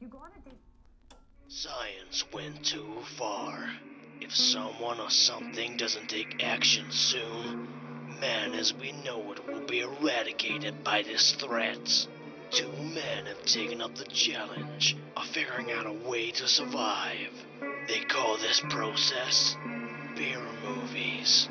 You go on a date. Science went too far. If someone or something doesn't take action soon, man as we know it will be eradicated by this threat. Two men have taken up the challenge of figuring out a way to survive. They call this process beer movies.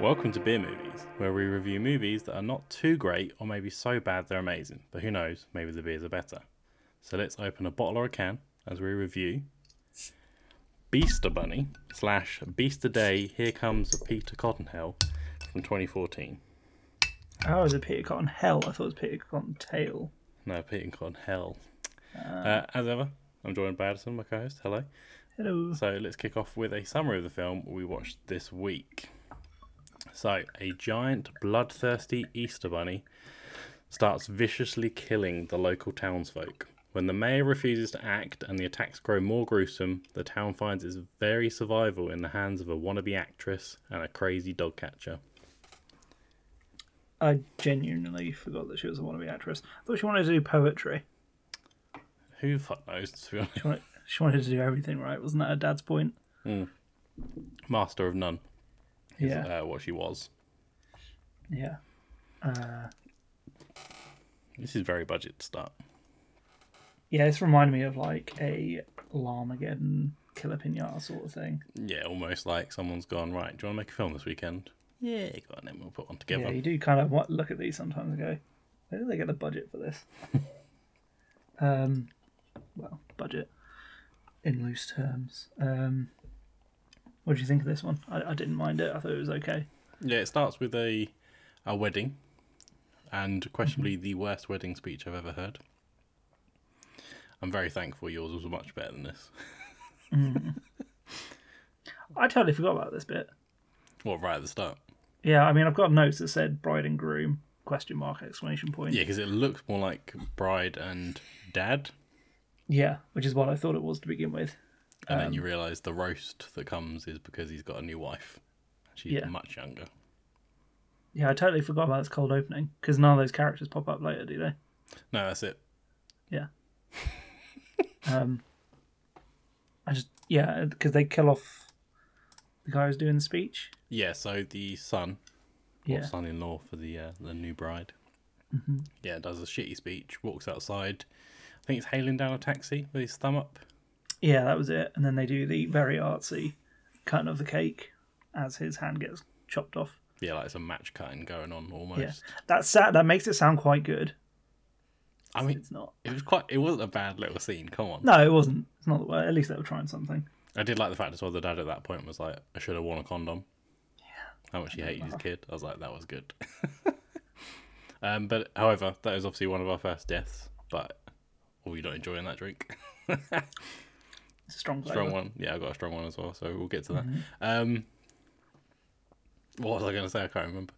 Welcome to Beer Movies, where we review movies that are not too great or maybe so bad they're amazing, but who knows, maybe the beers are better. So let's open a bottle or a can as we review Beaster Bunny slash Beaster Day Here Comes Peter Cottonhell from 2014. Oh, is it Peter Cotton Hell? I thought it was Peter Cotton Tail. No, Peter Cottonhell. Uh, as ever, I'm joined by Addison, my co host. Hello. Hello. So let's kick off with a summary of the film we watched this week. So, a giant, bloodthirsty Easter bunny starts viciously killing the local townsfolk. When the mayor refuses to act and the attacks grow more gruesome, the town finds its very survival in the hands of a wannabe actress and a crazy dog catcher. I genuinely forgot that she was a wannabe actress. I thought she wanted to do poetry. Who the fuck knows, to be honest? She wanted, she wanted to do everything right. Wasn't that her dad's point? Master of none is Yeah. uh, what she was. Yeah. This is very budget to start. Yeah, this reminded me of like a Larmageddon Killer Pinata sort of thing. Yeah, almost like someone's gone, right, do you want to make a film this weekend? Yeah, go on then, we'll put one together. Yeah, you do kind of want, look at these sometimes and go, where did they get the budget for this? um, well, budget in loose terms. Um, what do you think of this one? I, I didn't mind it. I thought it was okay. Yeah, it starts with a a wedding, and questionably Mm-hmm. the worst wedding speech I've ever heard. I'm very thankful yours was much better than this. I totally forgot about this bit. Well, right at the start, Yeah, I mean, I've got notes that said bride and groom question mark exclamation point. yeah, because it looks more like bride and dad, Yeah, which is what I thought it was to begin with. and Um, then you realise the roast that comes is because he's got a new wife. She's Yeah. much younger. Yeah, I totally forgot about this cold opening because none of those characters pop up later, do they? No, that's it. Yeah. um, I just yeah, because they kill off the guy who's doing the speech. Yeah, so the son or Yeah, Mm-hmm. son-in-law for the uh, the new bride. Yeah, does a shitty speech, walks outside. I think it's hailing down a taxi with his thumb up. yeah, that was it. And then they do the very artsy cutting of the cake as his hand gets chopped off. Yeah, like some match cutting going on almost. Yeah, that's sad. That makes it sound quite good. I mean, It's not. it was quite. It wasn't a bad little scene. Come on. No, it wasn't. It's not the way. At least they were trying something. I did like the fact as well. The dad at that point was like, "I should have worn a condom." Yeah. How much he hated his kid. I was like, that was good. um, but however, that is obviously one of our first deaths. But oh, you not enjoying that drink? It's a strong, strong flavour. one. Yeah, I got a strong one as well. So we'll get to that. Mm-hmm. Um, what was I going to say? I can't remember.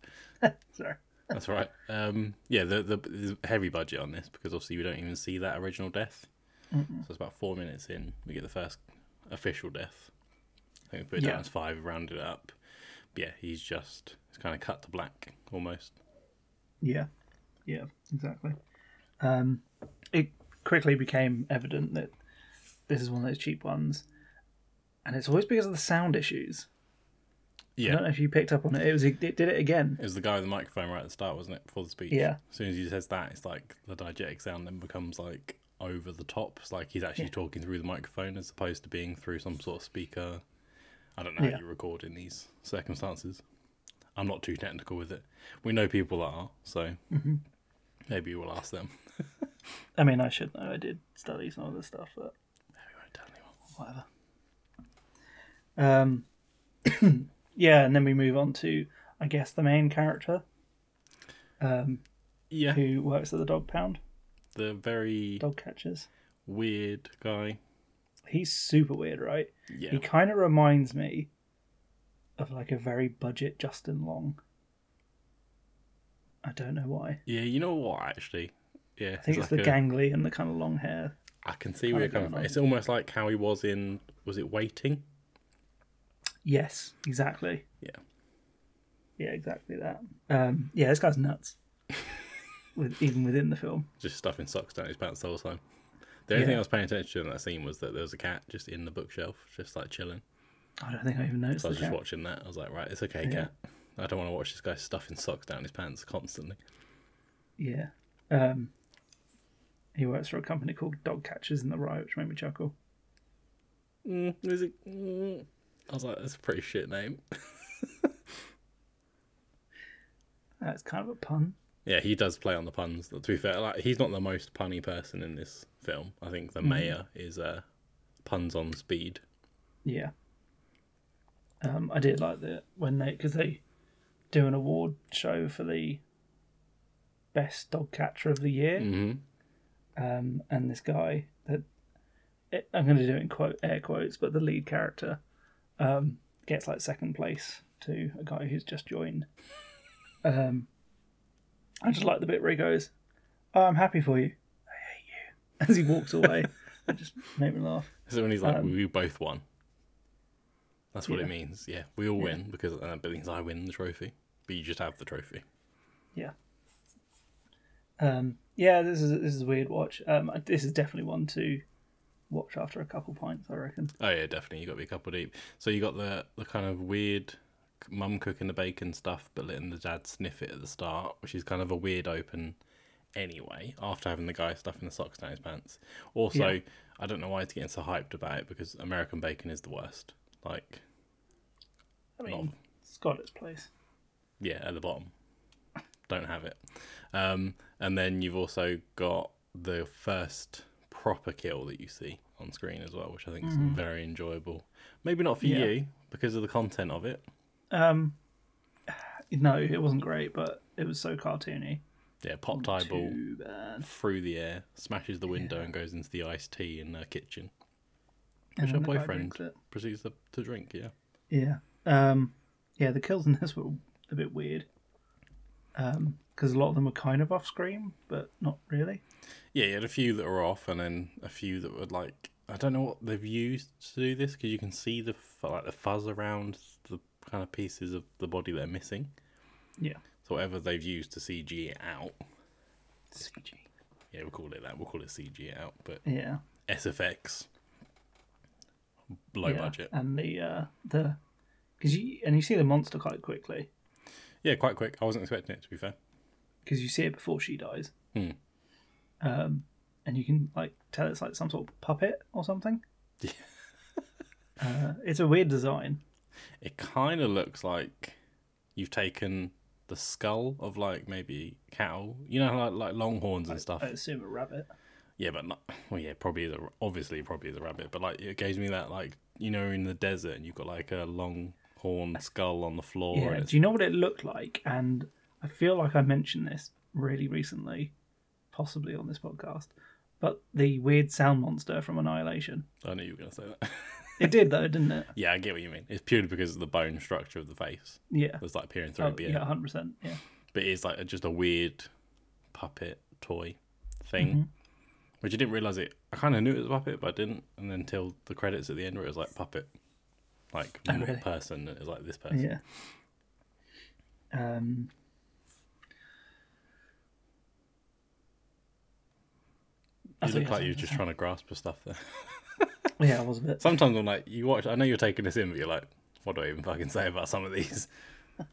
Sorry. That's all right. Um, yeah, the, the there's a heavy budget on this because obviously we don't even see that original death. So it's about four minutes in, we get the first official death. I think we put it Yeah. down as five, rounded it up. But yeah, he's just it's kind of cut to black almost. Yeah, yeah, exactly. Um, it quickly became evident that this is one of those cheap ones, and it's always because of the sound issues. I don't Yeah, know if you picked up on it. It was it did it again. it was the guy with the microphone right at the start, wasn't it? Before the speech. Yeah. As soon as he says that, it's like the diegetic sound then becomes like over the top. It's like he's actually talking through the microphone as opposed to being through some sort of speaker. I don't know Yeah. how you record in these circumstances. I'm not too technical with it. We know people that are, so Mm-hmm. maybe we'll ask them. I mean, I should know. I did study some of this stuff, but We won't tell anyone. whatever. Um, yeah, and then we move on to, I guess, the main character, um, Yeah, who works at the dog pound, the very dog catchers. weird guy. He's super weird, right? Yeah, He kind of reminds me of like a very budget Justin Long. I don't know why. yeah. You know what? Actually, yeah. I think it's, the gangly and the kind of long hair. I can see where you're coming from. It's almost like how he was in. Was it waiting? Yes, exactly. Yeah. Yeah, exactly that. Um, yeah, this guy's nuts. With, even within the film, Just stuffing socks down his pants the whole time. The only thing Yeah. I was paying attention to in that scene was that there was a cat just in the bookshelf, just like chilling. I don't think I even noticed. So I was the just cat. watching that. I was like, right, it's okay, cat. I don't want to watch this guy stuffing socks down his pants constantly. Yeah. Um, he works for a company called Dog Catchers in the Rye, which made me chuckle. Mm, is it- mm. I was like, that's a pretty shit name. That's kind of a pun. Yeah, he does play on the puns. To be fair, like he's not the most punny person in this film. I think the mayor is uh, puns on speed. Yeah. Um, I did like that when they because they do an award show for the best dog catcher of the year, hmm um, and this guy that it, I'm going to do it in quote air quotes, but the lead character um, gets like second place to a guy who's just joined. Um, I just like the bit where he goes, oh, "I'm happy for you." I hate you as he walks away. it just made me laugh. So when he's like, Um, we both won. That's what yeah. it means. Yeah, we all win because uh, but it means I win the trophy. But you just have the trophy. Yeah. Um, yeah, this is this is a weird watch. Um, this is definitely one to watch after a couple pints, I reckon. Oh yeah, definitely. You got to be a couple deep. So you got the the kind of weird mum cooking the bacon stuff, but letting the dad sniff it at the start, which is kind of a weird open. Anyway, after having the guy stuffing the socks down his pants. Also, Yeah. I don't know why he's getting so hyped about it because American bacon is the worst. Like, I Love. mean, it's got its place. yeah, at the bottom. Don't have it. Um, and then you've also got the first proper kill that you see on screen as well, which I think is very enjoyable. Maybe not for Mm. Yeah. you because of the content of it. Um, no, it wasn't great, but it was so cartoony. Yeah, popped eyeball Too bad. through the air, smashes the window, and goes into the iced tea in the kitchen, which And her then the guy boyfriend drinks it. proceeds to, to drink. Yeah, Yeah. Um, yeah, the kills in this were a bit weird. Um, because a lot of them were kind of off screen, but not really. yeah. You had a few that were off, and then a few that were like I don't know what they've used to do this because you can see the f- like the fuzz around the kind of pieces of the body they're missing. Yeah. So whatever they've used to CG it out, CG. yeah, we'll call it that. We'll call it CG it out, but Yeah. SFX, low yeah, budget. And the uh the because you and you see the monster quite quickly Yeah, quite quick. I wasn't expecting it to be fair. because you see it before she dies. Hmm. Um, and you can like tell it's like some sort of puppet or something. Yeah. uh, it's a weird design. It kind of looks like you've taken the skull of like maybe cattle, you know, like like longhorns and stuff. I assume a rabbit. Yeah, but not. Well, yeah, probably the obviously probably the rabbit, but like it gave me that like you know in the desert and you've got like a long horn skull on the floor. Yeah. and it's, Do you know what it looked like? And I feel like I mentioned this really recently, possibly on this podcast. But the weird sound monster from Annihilation. I knew you were gonna say that. It did though, didn't it? yeah, I get what you mean. It's purely because of the bone structure of the face Yeah. that's like peering through Oh, a beard, yeah, hundred percent. Yeah. but it's like just a weird puppet toy thing. Mm-hmm. Which I didn't realize it. I kind of knew it was a puppet, but I didn't. And then until the credits at the end, where it was like puppet, like Oh, really? person, and it was like this person. Yeah. Um. I You thought look had like you're something just trying to grasp at stuff there. to say. Yeah, I was a bit. Sometimes I'm like, you watch. I know you're taking this in, but you're like, what do I even fucking say about some of these?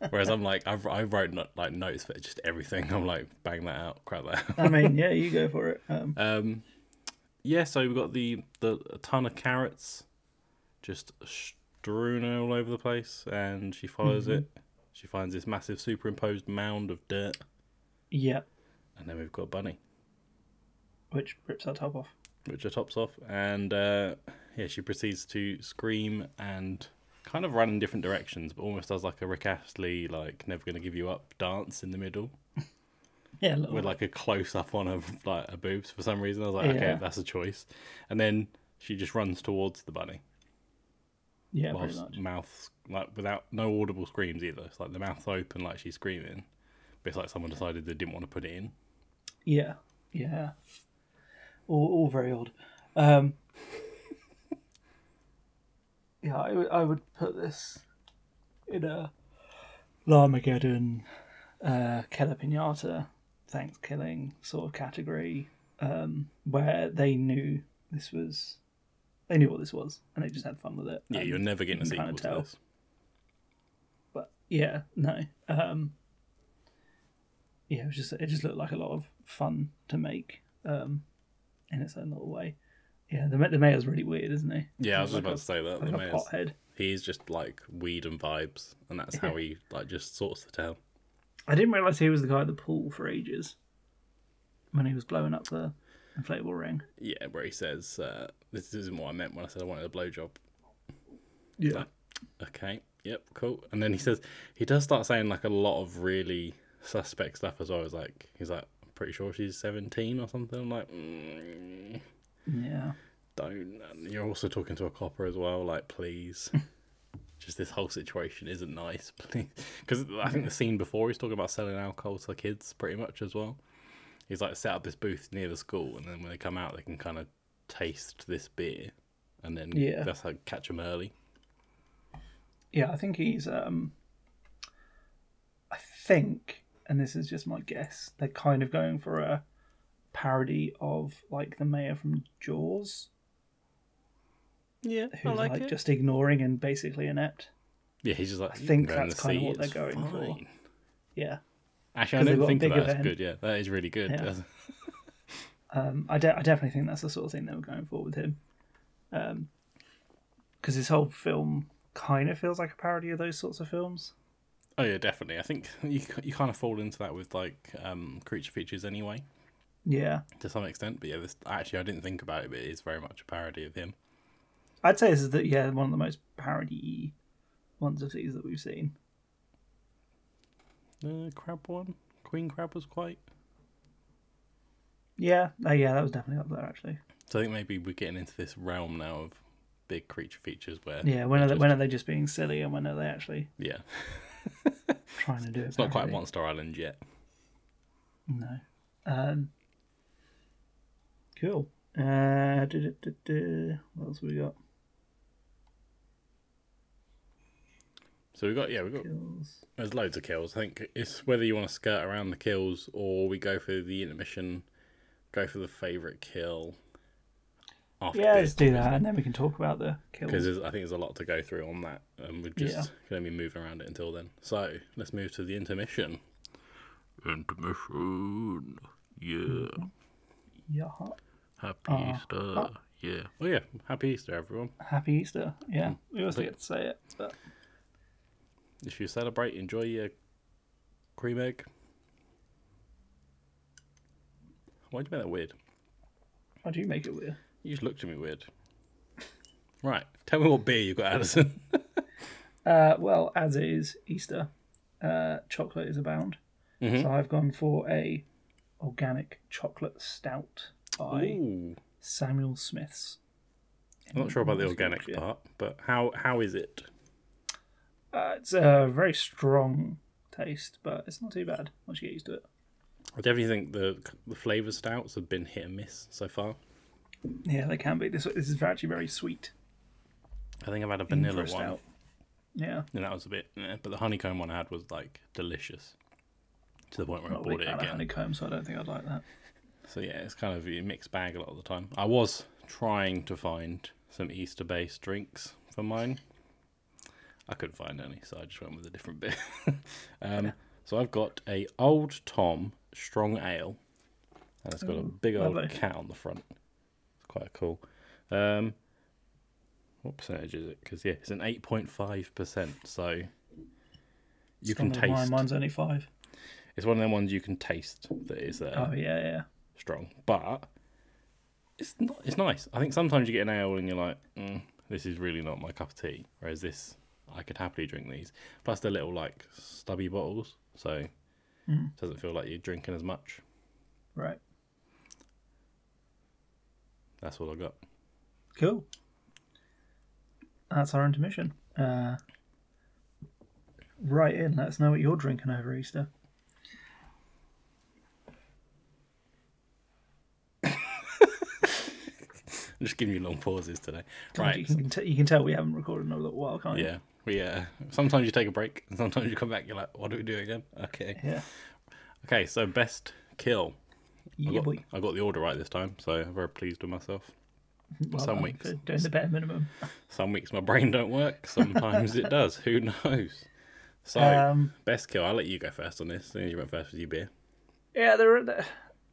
Whereas I'm like, I've I wrote not, like notes for just everything. I'm like, bang that out, crap that out. I mean, yeah, you go for it. Um, Um, yeah, so we've got the the a ton of carrots just strewn all over the place, and she follows it. She finds this massive superimposed mound of dirt, yeah, and then we've got Bunny, which rips our top off. which her tops off, and uh, yeah, she proceeds to scream and kind of run in different directions, but almost does like a Rick Astley like "Never Gonna Give You Up" dance in the middle Yeah, a little with bit. like a close up on her like her boobs for some reason. I was like, okay, Yeah. that's a choice, and then she just runs towards the bunny. yeah, pretty whilst much. mouth like without no audible screams either. It's like the mouth's open, like she's screaming, but it's like someone decided they didn't want to put it in. Yeah, yeah, all, all very odd. Um, yeah, I would- I would put this in a Larmageddon, uh, Kella Pinata, Thanks Killing sort of category, um, where they knew this was, they knew what this was, and they just had fun with it. Yeah, and you're never getting a you can sequel kinda to this. But yeah, no, um, yeah, it was just it just looked like a lot of fun to make, um, in its own little way. Yeah, the ma- the mayor's really weird, isn't he? Yeah, I was Like just about a- to say that. Like the a mayor's, pothead. he's just like weed and vibes, and that's how he like just sorts it out. I didn't realise he was the guy at the pool for ages when he was blowing up the inflatable ring. Yeah, where he says, uh, "This isn't what I meant when I said I wanted a blowjob." Yeah. Okay. Yep. Cool. And then he says he does start saying like a lot of really suspect stuff as well. He's like he's like I'm pretty sure she's seventeen or something. I'm like, mm, Yeah. don't. And you're also talking to a copper as well. Like, please. Just this whole situation isn't nice, please. Because I think the scene before he's talking about selling alcohol to kids, pretty much as well. He's like set up this booth near the school, and then when they come out, they can kind of taste this beer, and then Yeah. that's like catch them early. Yeah, I think he's um I think, and this is just my guess, they're kind of going for a parody of like the mayor from Jaws, Yeah, who's like, just ignoring and basically inept. Yeah, he's just like. "You think can go in that's the kinda sea, what they're it's going for." fine." Yeah. Actually, I 'Cause they've got didn't a think of big that. That's event. good. Yeah, that is really good. Yeah. Um, I, de- I definitely think that's the sort of thing they were going for with him. Because this whole film kind of feels like a parody of those sorts of films. Oh yeah, definitely. I think you you kind of fall into that with like um, creature features anyway Yeah. to some extent. But yeah, this actually I didn't think about it, but it is very much a parody of him. I'd say this is the, yeah, one of the most parody ones of these that we've seen. The Uh, crab one, queen crab was quite. Yeah. Oh, yeah, that was definitely up there, actually. So I think maybe we're getting into this realm now of big creature features where Yeah, when are, they, just- when are they just being silly and when are they actually yeah, trying to do it? it's not quite Monster Island yet. No. Um, cool. Uh, duh, duh, duh, duh. What else have we got? So we got yeah we got Kills. There's loads of kills. I think it's whether you want to skirt around the kills or we go for the intermission, go for the favourite kill. After Yeah, let's do that, and then we can talk about the Because kills. I think there's a lot to go through on that, and we're just Yeah. going to be moving around it until then. So let's move to the intermission. Intermission. Yeah. Yeah. Happy Easter. Yeah. Oh, yeah. Happy Easter, everyone. Happy Easter. Yeah, Mm. we always forget to say it, but If you celebrate, enjoy your cream egg. Why'd you make that weird? I do make it weird. You just looked at me weird. Right, tell me what beer you got, Addison. Uh, well, as is Easter, uh, chocolate is abound. Mm-hmm. So I've gone for a organic chocolate stout by Ooh, Samuel Smith's. I'm not sure about the North organic Yorkshire. part, but how how is it? Uh, it's a very strong taste, but it's not too bad once you get used to it. I definitely think the the flavour stouts have been hit and miss so far. Yeah, they can be. This this is actually very sweet. I think I've had a for a vanilla one, stout. Yeah, and that was a bit. eh, but the honeycomb one I had was like delicious, to the point where not a I big bought it fan of again. honeycomb, so I don't think I'd like that. So yeah, it's kind of a mixed bag a lot of the time. I was trying to find some Easter-based drinks for mine. I couldn't find any, so I just went with a different beer. um, So I've got a Old Tom Strong Ale, and it's got a big old Mm, lovely. cat on the front. It's quite cool. Um, what percentage is it? Because yeah, it's an eight point five percent. So you It's can one of Mine, taste. mine's only five. It's one of them ones you can taste that is uh, there Oh yeah, yeah. strong, but it's not. It's nice. I think sometimes you get an ale and you're like, mm, "This is really not my cup of tea." Whereas this, I could happily drink these. Plus, they're little like stubby bottles, so Mm. it doesn't feel like you're drinking as much. Right. That's all I got. Cool. That's our intermission. Uh, right in. Let us know what you're drinking over Easter. I'm just giving you long pauses today, God, You right? can, you can tell we haven't recorded in a little while, can't you? Yeah, We uh, sometimes you take a break, and sometimes you come back. You're like, what do we do again? Okay, Yeah. okay. So best kill. I Yeah, got, boy. I got the order right this time, so I'm very pleased with myself. Well some done weeks. for Doing the bare minimum. Some weeks my brain don't work. Sometimes it does. Who knows? So Um, best kill. I'll let you go first on this. Since you went first with your beer. yeah, there are. There,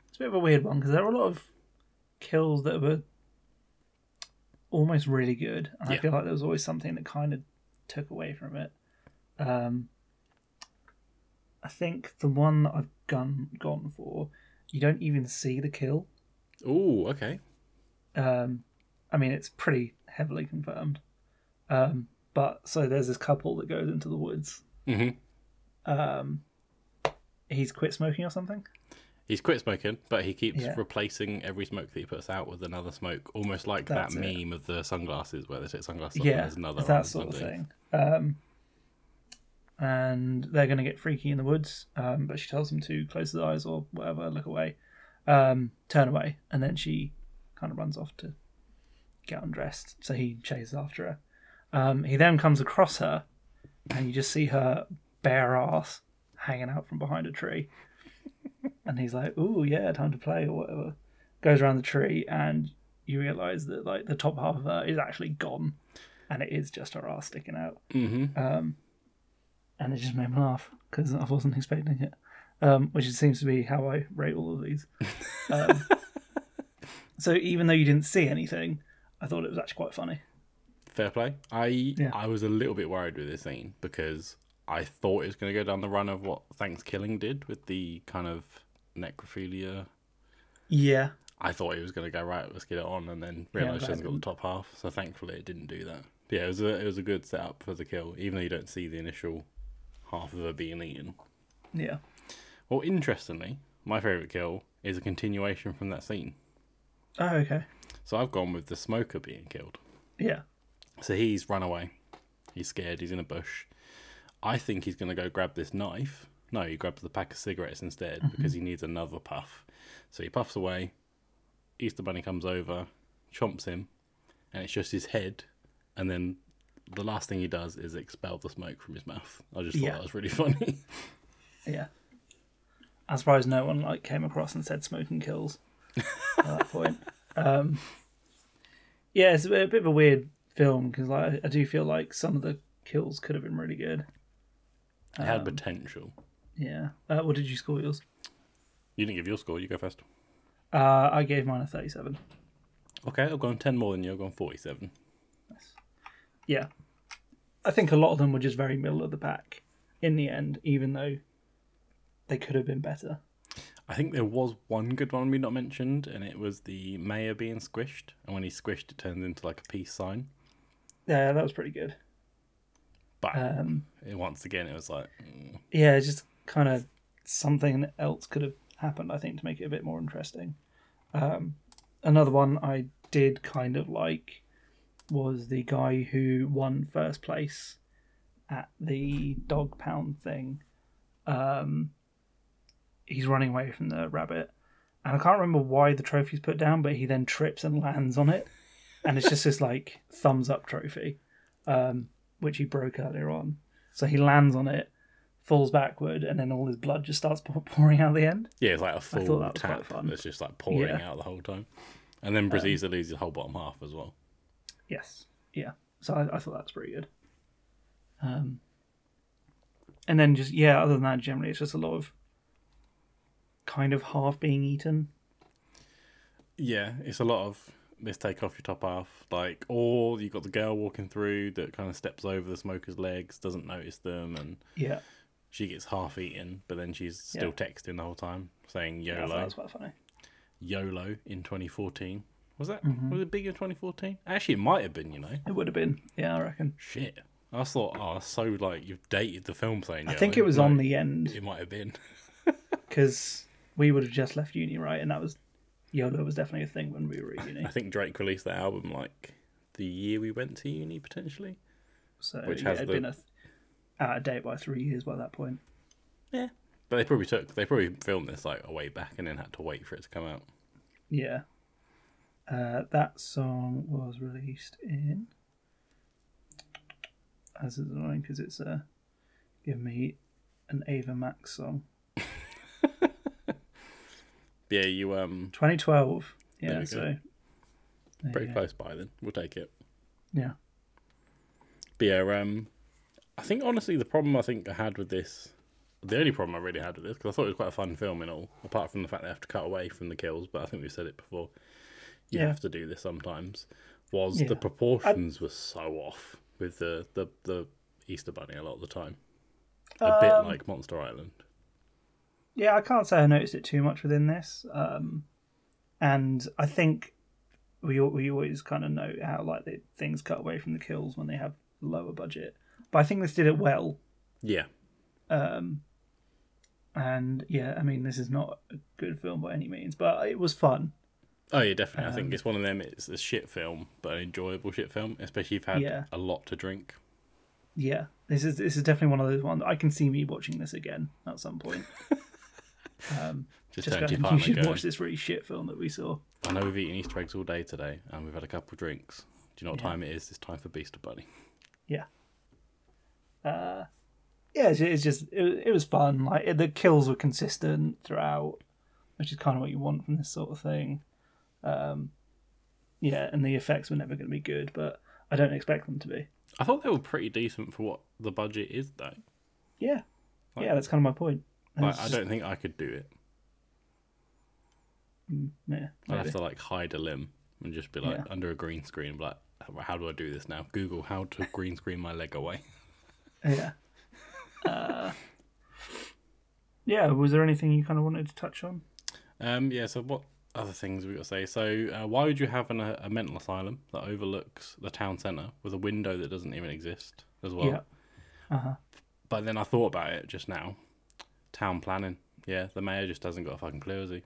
it's a bit of a weird one because there are a lot of kills that were almost really good, and I Yeah. feel like there was always something that kind of took away from it. Um, I think the one that I've gone gone for, you don't even see the kill. Ooh, okay. Um, I mean, it's pretty heavily confirmed. Um, but so there's this couple that goes into the woods. hmm Um, he's quit smoking or something. He's quit smoking, but he keeps Yeah. replacing every smoke that he puts out with another smoke, almost like That's that it. meme of the sunglasses where they take sunglasses off yeah, and there's another it's one or that sort of something. thing. Um, and they're going to get freaky in the woods. Um, but she tells him to close his eyes or whatever, look away, um, turn away, and then she kind of runs off to get undressed. So he chases after her. Um, he then comes across her, and you just see her bare ass hanging out from behind a tree. and he's like, "Ooh, yeah, time to play" or whatever. Goes around the tree, and you realise that like the top half of her is actually gone, and it is just her ass sticking out. hmm Um, and it just made me laugh because I wasn't expecting it, um, which it seems to be how I rate all of these. Um, so even though you didn't see anything, I thought it was actually quite funny. Fair play. I Yeah. I was a little bit worried with this scene because I thought it was going to go down the run of what Thanksgiving did with the kind of necrophilia. Yeah, I thought it was going to go right. Let's get it on, and then Yeah, realised she but- um, hasn't got the top half. So thankfully, it didn't do that. But yeah, it was a it was a good setup for the kill, even though you don't see the initial half of her being eaten. yeah, Well, interestingly, my favourite kill is a continuation from that scene. oh okay, So I've gone with the smoker being killed. yeah, So he's run away. He's scared. He's in a bush. I think he's going to go grab this knife. No, he grabs the pack of cigarettes instead because he needs another puff. So he puffs away. Easter Bunny comes over, chomps him, and it's just his head. And then the last thing he does is expel the smoke from his mouth. I just thought Yeah. that was really funny. yeah. I'm surprised no one like came across and said smoking kills at that point. Um, yeah, it's a bit, a bit of a weird film because like I do feel like some of the kills could have been really good. it had potential. Yeah. Uh, what did you score yours? You didn't give your score. You go first. Uh, I gave mine a 37. Okay, I've gone 10 more than you. I've gone 47. Yeah. I think a lot of them were just very middle of the pack in the end, even though they could have been better. I think there was one good one we not mentioned, and it was the mayor being squished. And when he's squished, it turns into like a peace sign. Yeah, that was pretty good. But Um, it, once again, it was like, mm, yeah, it's just kind of something else could have happened, I think, to make it a bit more interesting. Um, another one I did kind of like was the guy who won first place at the dog pound thing. Um, he's running away from the rabbit, and I can't remember why the trophy's put down, but he then trips and lands on it, and it's just this like thumbs up trophy, um, which he broke earlier on. So he lands on it, falls backward, and then all his blood just starts pour- pouring out the end. yeah, it's like a full thought that was quite tap fun. that's just like pouring Yeah. Um, out the whole time. And then Brazil loses the whole bottom half as well. Yes. Yeah. So I, I thought that was pretty good. Um, and then just yeah, other than that, generally it's just a lot of kind of half being eaten. Yeah, it's a lot of let's take off your top half, like, or you got the girl walking through that kind of steps over the smoker's legs, doesn't notice them, and Yeah. she gets half eaten, but then she's still texting the whole time saying I YOLO. thought that was quite funny. YOLO in 2014. Was that Mm-hmm. was it big in 2014? Actually, it might have been. You know, It would have been. Yeah, I reckon. shit. I just thought, oh, that's so like you've dated the film saying. I think it was on the end It might have been. because we would have just left uni, right? And that was YOLO was definitely a thing when we were at uni. I think Drake released that album like the year we went to uni, potentially. So Which yeah, has it'd the- been a th- out of date by three years by that point. Yeah, but they probably took they probably filmed this like a way back and then had to wait for it to come out. Yeah. Uh, that song was released in as is annoying because it's uh, give me an Ava Max song. Yeah, you um 2012. There Yeah, we so go. there you pretty go. close by then. We'll take it. Yeah, But yeah, um, I think honestly the problem I think I had with this, the only problem I really had with this, because I thought it was quite a fun film and all, apart from the fact they have to cut away from the kills, but I think we've said it before. You Yeah. have to do this sometimes. Was Yeah. the proportions were so off with the, the the Easter Bunny a lot of the time, a bit Um, like Monster Island. yeah. I can't say I noticed it too much within this, um, and I think we al- we always kind of know how like they, things cut away from the kills when they have lower budget, but I think this did it well. Yeah, Um, and yeah, I mean, this is not a good film by any means, but it was fun. Oh yeah, definitely. I think Um, it's one of them. It's a shit film, but an enjoyable shit film, especially if you've had Yeah. a lot to drink. Yeah, this is this is definitely one of those ones I can see me watching this again at some point. um, Just, just turn to your going, you partner and should go. watch this really shit film that we saw. I know we've eaten Easter eggs all day today, and we've had a couple drinks. Do you know what Yeah. time it is? It's time for Beast of Bunny. Yeah. Uh, yeah, it's, it's just it, was- it was fun. Like it, the kills were consistent throughout, which is kind of what you want from this sort of thing. Um, yeah, and the effects were never going to be good, but I don't expect them to be. I thought they were pretty decent for what the budget is, though. Yeah, Like- yeah, that's kind of my point. And Like, it's I just- don't think I could do it. mm, Yeah, I'd maybe. have to like hide a limb and just be like Yeah. under a green screen, be like, "How- how do I do this now? Google how to green screen my leg away. Yeah. Uh, yeah. Was there anything you kind of wanted to touch on? Um, yeah. So what other things we got to say? So uh, why would you have an, a, a mental asylum that overlooks the town centre with a window that doesn't even exist as well? Yeah. Uh huh. But then I thought about it just now. Town planning. Yeah, the mayor just hasn't got a fucking clue, has he?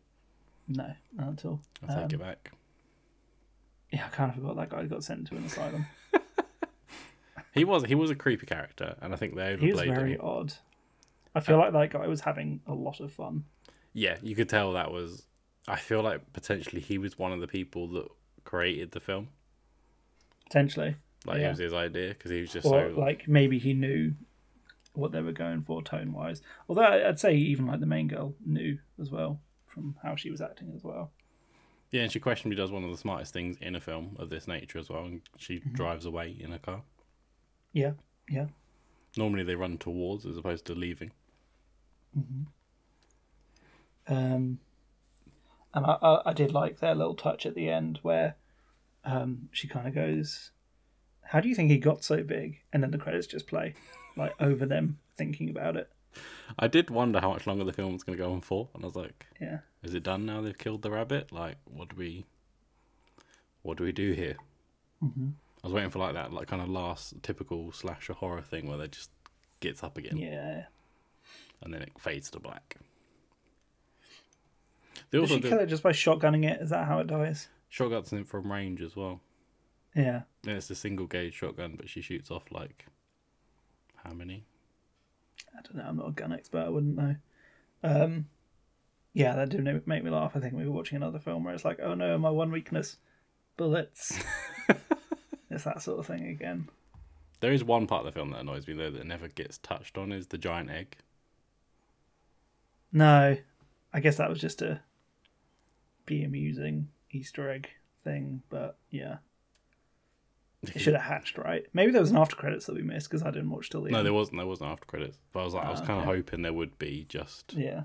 No, not at all. I take Um, it back. Yeah, I kind of forgot that guy got sent to an asylum. He was he was a creepy character, and I think they He was overplayed very him. odd. Uh, I feel like that guy was having a lot of fun. Yeah, you could tell that was. I feel like potentially he was one of the people that created the film. Potentially, Like it Yeah. was his idea because he was just or so like maybe he knew what they were going for tone wise. Although I- I'd say even like the main girl knew as well from how she was acting as well. yeah. And she questionably does one of the smartest things in a film of this nature as well. And she Mm-hmm. drives away in a car. Yeah, yeah. Normally they run towards as opposed to leaving. Um, and I, I, I did like their little touch at the end where um, she kind of goes, How do you think he got so big? And then the credits just play, like over them thinking about it. I did wonder how much longer the film was going to go on for, and I was like, Yeah. Is it done now? They've killed the rabbit. Like, what do we, what do we do here? Mm-hmm. I was waiting for like that, like kind of last typical slasher horror thing where they just gets up again Yeah. and then it fades to black. They Did also she do kill it just by shotgunning it? Is that how it dies? shotguns in from range as well. Yeah. And it's a single gauge shotgun, but she shoots off like how many? I don't know. I'm not a gun expert. I wouldn't know. Um, yeah, that did ma- make me laugh. I think we were watching another film where it's like, Oh no, my one weakness bullets. it's that sort of thing again. There is one part of the film that annoys me though that never gets touched on is the giant egg. No, I guess that was just a be amusing Easter egg thing, but yeah, it should have hatched right. Maybe there was an after credits that we missed because I didn't watch till the No, end. there wasn't. There wasn't after credits. But I was like, Ah, I was kind of hoping there would be just Yeah,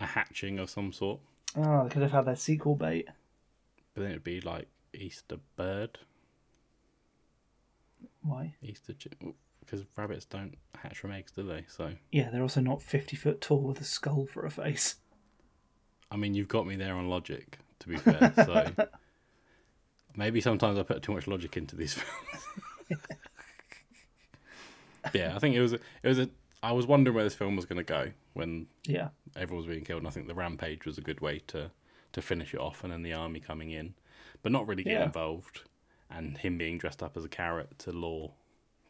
a hatching of some sort. oh, they could have had their sequel bait. But then it'd be like Easter bird, Why? Easter chicken, because rabbits don't hatch from eggs, do they? So, Yeah, they're also not fifty foot tall with a skull for a face. I mean, you've got me there on logic, to be fair. So, maybe sometimes I put too much logic into these films. yeah, I think it was. A, it was a. I was wondering where this film was going to go when Yeah, everyone was being killed, and I think the rampage was a good way to to finish it off, and then the army coming in, but not really getting Yeah. involved, and him being dressed up as a carrot to lure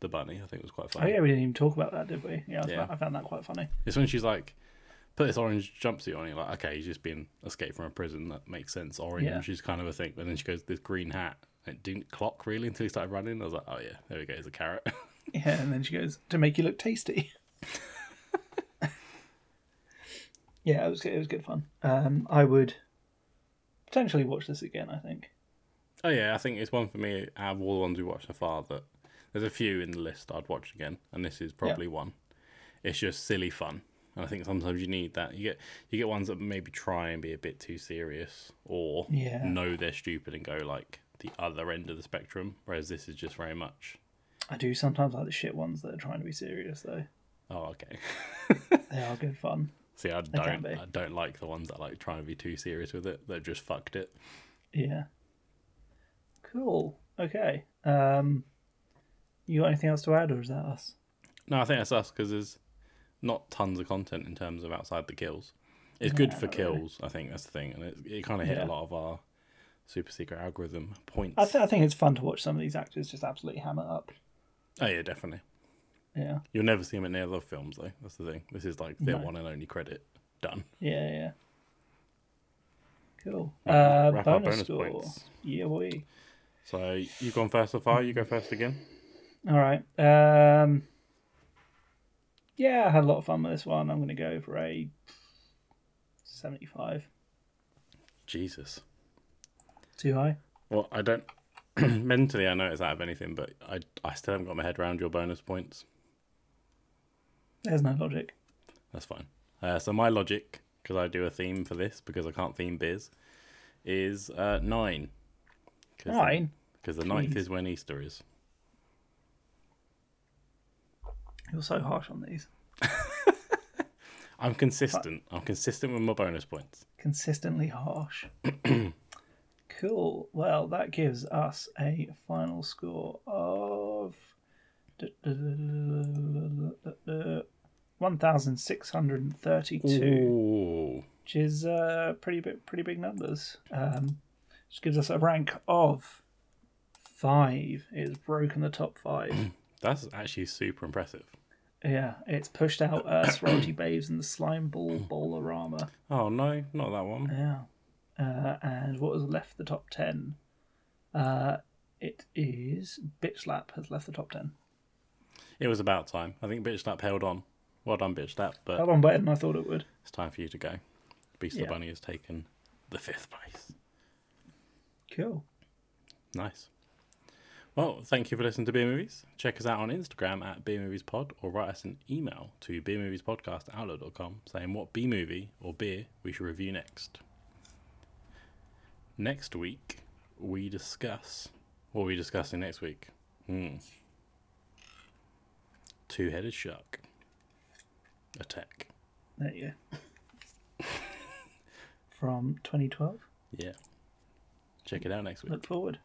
the bunny. I think was quite oh funny. yeah, we didn't even talk about that, did we? Yeah, I, Yeah. Found, I found that quite funny. It's when she's like, put this orange jumpsuit on. You're like, okay, he's just been escaped from a prison. That makes sense. Orange Yeah. is kind of a thing. But then she goes, this green hat. It didn't clock really until he started running. I was like, oh yeah, there we go. He's a carrot. Yeah, and then she goes, to make you look tasty. yeah, it was, it was good fun. Um, I would potentially watch this again, I think. Oh yeah, I think it's one for me out of all the ones we watched so far that there's a few in the list I'd watch again, and this is probably one. It's just silly fun, and I think sometimes you need that. You get you get ones that maybe try and be a bit too serious, or Yeah. know they're stupid and go like the other end of the spectrum. Whereas this is just very much, I do sometimes like the shit ones that are trying to be serious, though. oh okay. They are good fun. See, I can don't be. I don't like the ones that like try and be too serious with it. They've just fucked it. Yeah. Cool. Okay. Um, you got anything else to add, or is that us? No, I think that's us because there's not tons of content in terms of outside the kills. It's good for not really. kills, I think that's the thing, and it, it kind of hit Yeah. a lot of our super secret algorithm points. I, th- I think it's fun to watch some of these actors just absolutely hammer up. oh yeah, definitely. Yeah. You'll never see them in any other films though. That's the thing. This is like their No. one and only credit. Done. Yeah, yeah. Cool. Yeah, Uh, wrap up bonus, bonus score. points. Yeah, boy. So you've gone first so far. You go first again. All right. Um, yeah, I had a lot of fun with this one. I'm going to go for a 75. Jesus. Too high? Well, I don't. mentally, I know it's out of anything, but I I still haven't got my head around your bonus points. There's no logic. That's fine. Uh, so my logic, because I do a theme for this, because I can't theme biz, is uh, nine. Cause Nine? Because the ninth is when Easter is. You're so harsh on these. I'm consistent. I'm consistent with my bonus points. Consistently harsh. cool. Well, that gives us a final score of 1,632. Ooh. which is uh, pretty big, pretty big numbers. Um, which gives us a rank of five. It's broken the top five. That's actually super impressive. yeah, it's pushed out uh, Sorority Babes and the Slime Ball Bowlerama. Oh, no, not that one. Yeah, uh, and what has left the top ten? Uh, it is Bitchlap has left the top ten. It was about time. I think Bitch Slap held on. Well done, Bitch Slap, but Held on better than I thought it would. it's time for you to go. Beast Oh. Yeah. the Bunny has taken the fifth place. Cool. Nice. Well, thank you for listening to Beer Movies. Check us out on Instagram at Beer Movies Pod or write us an email to beermoviespodcast at outlook.com saying what B movie or beer we should review next. Next week, we discuss. What are we discussing next week? Hmm. Two headed shark. Attack. There you go. From 2012. Yeah. Check it out next week. Look forward.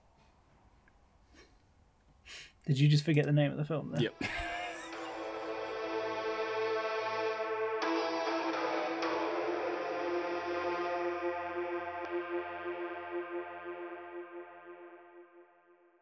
Did you just forget the name of the film then? Yep.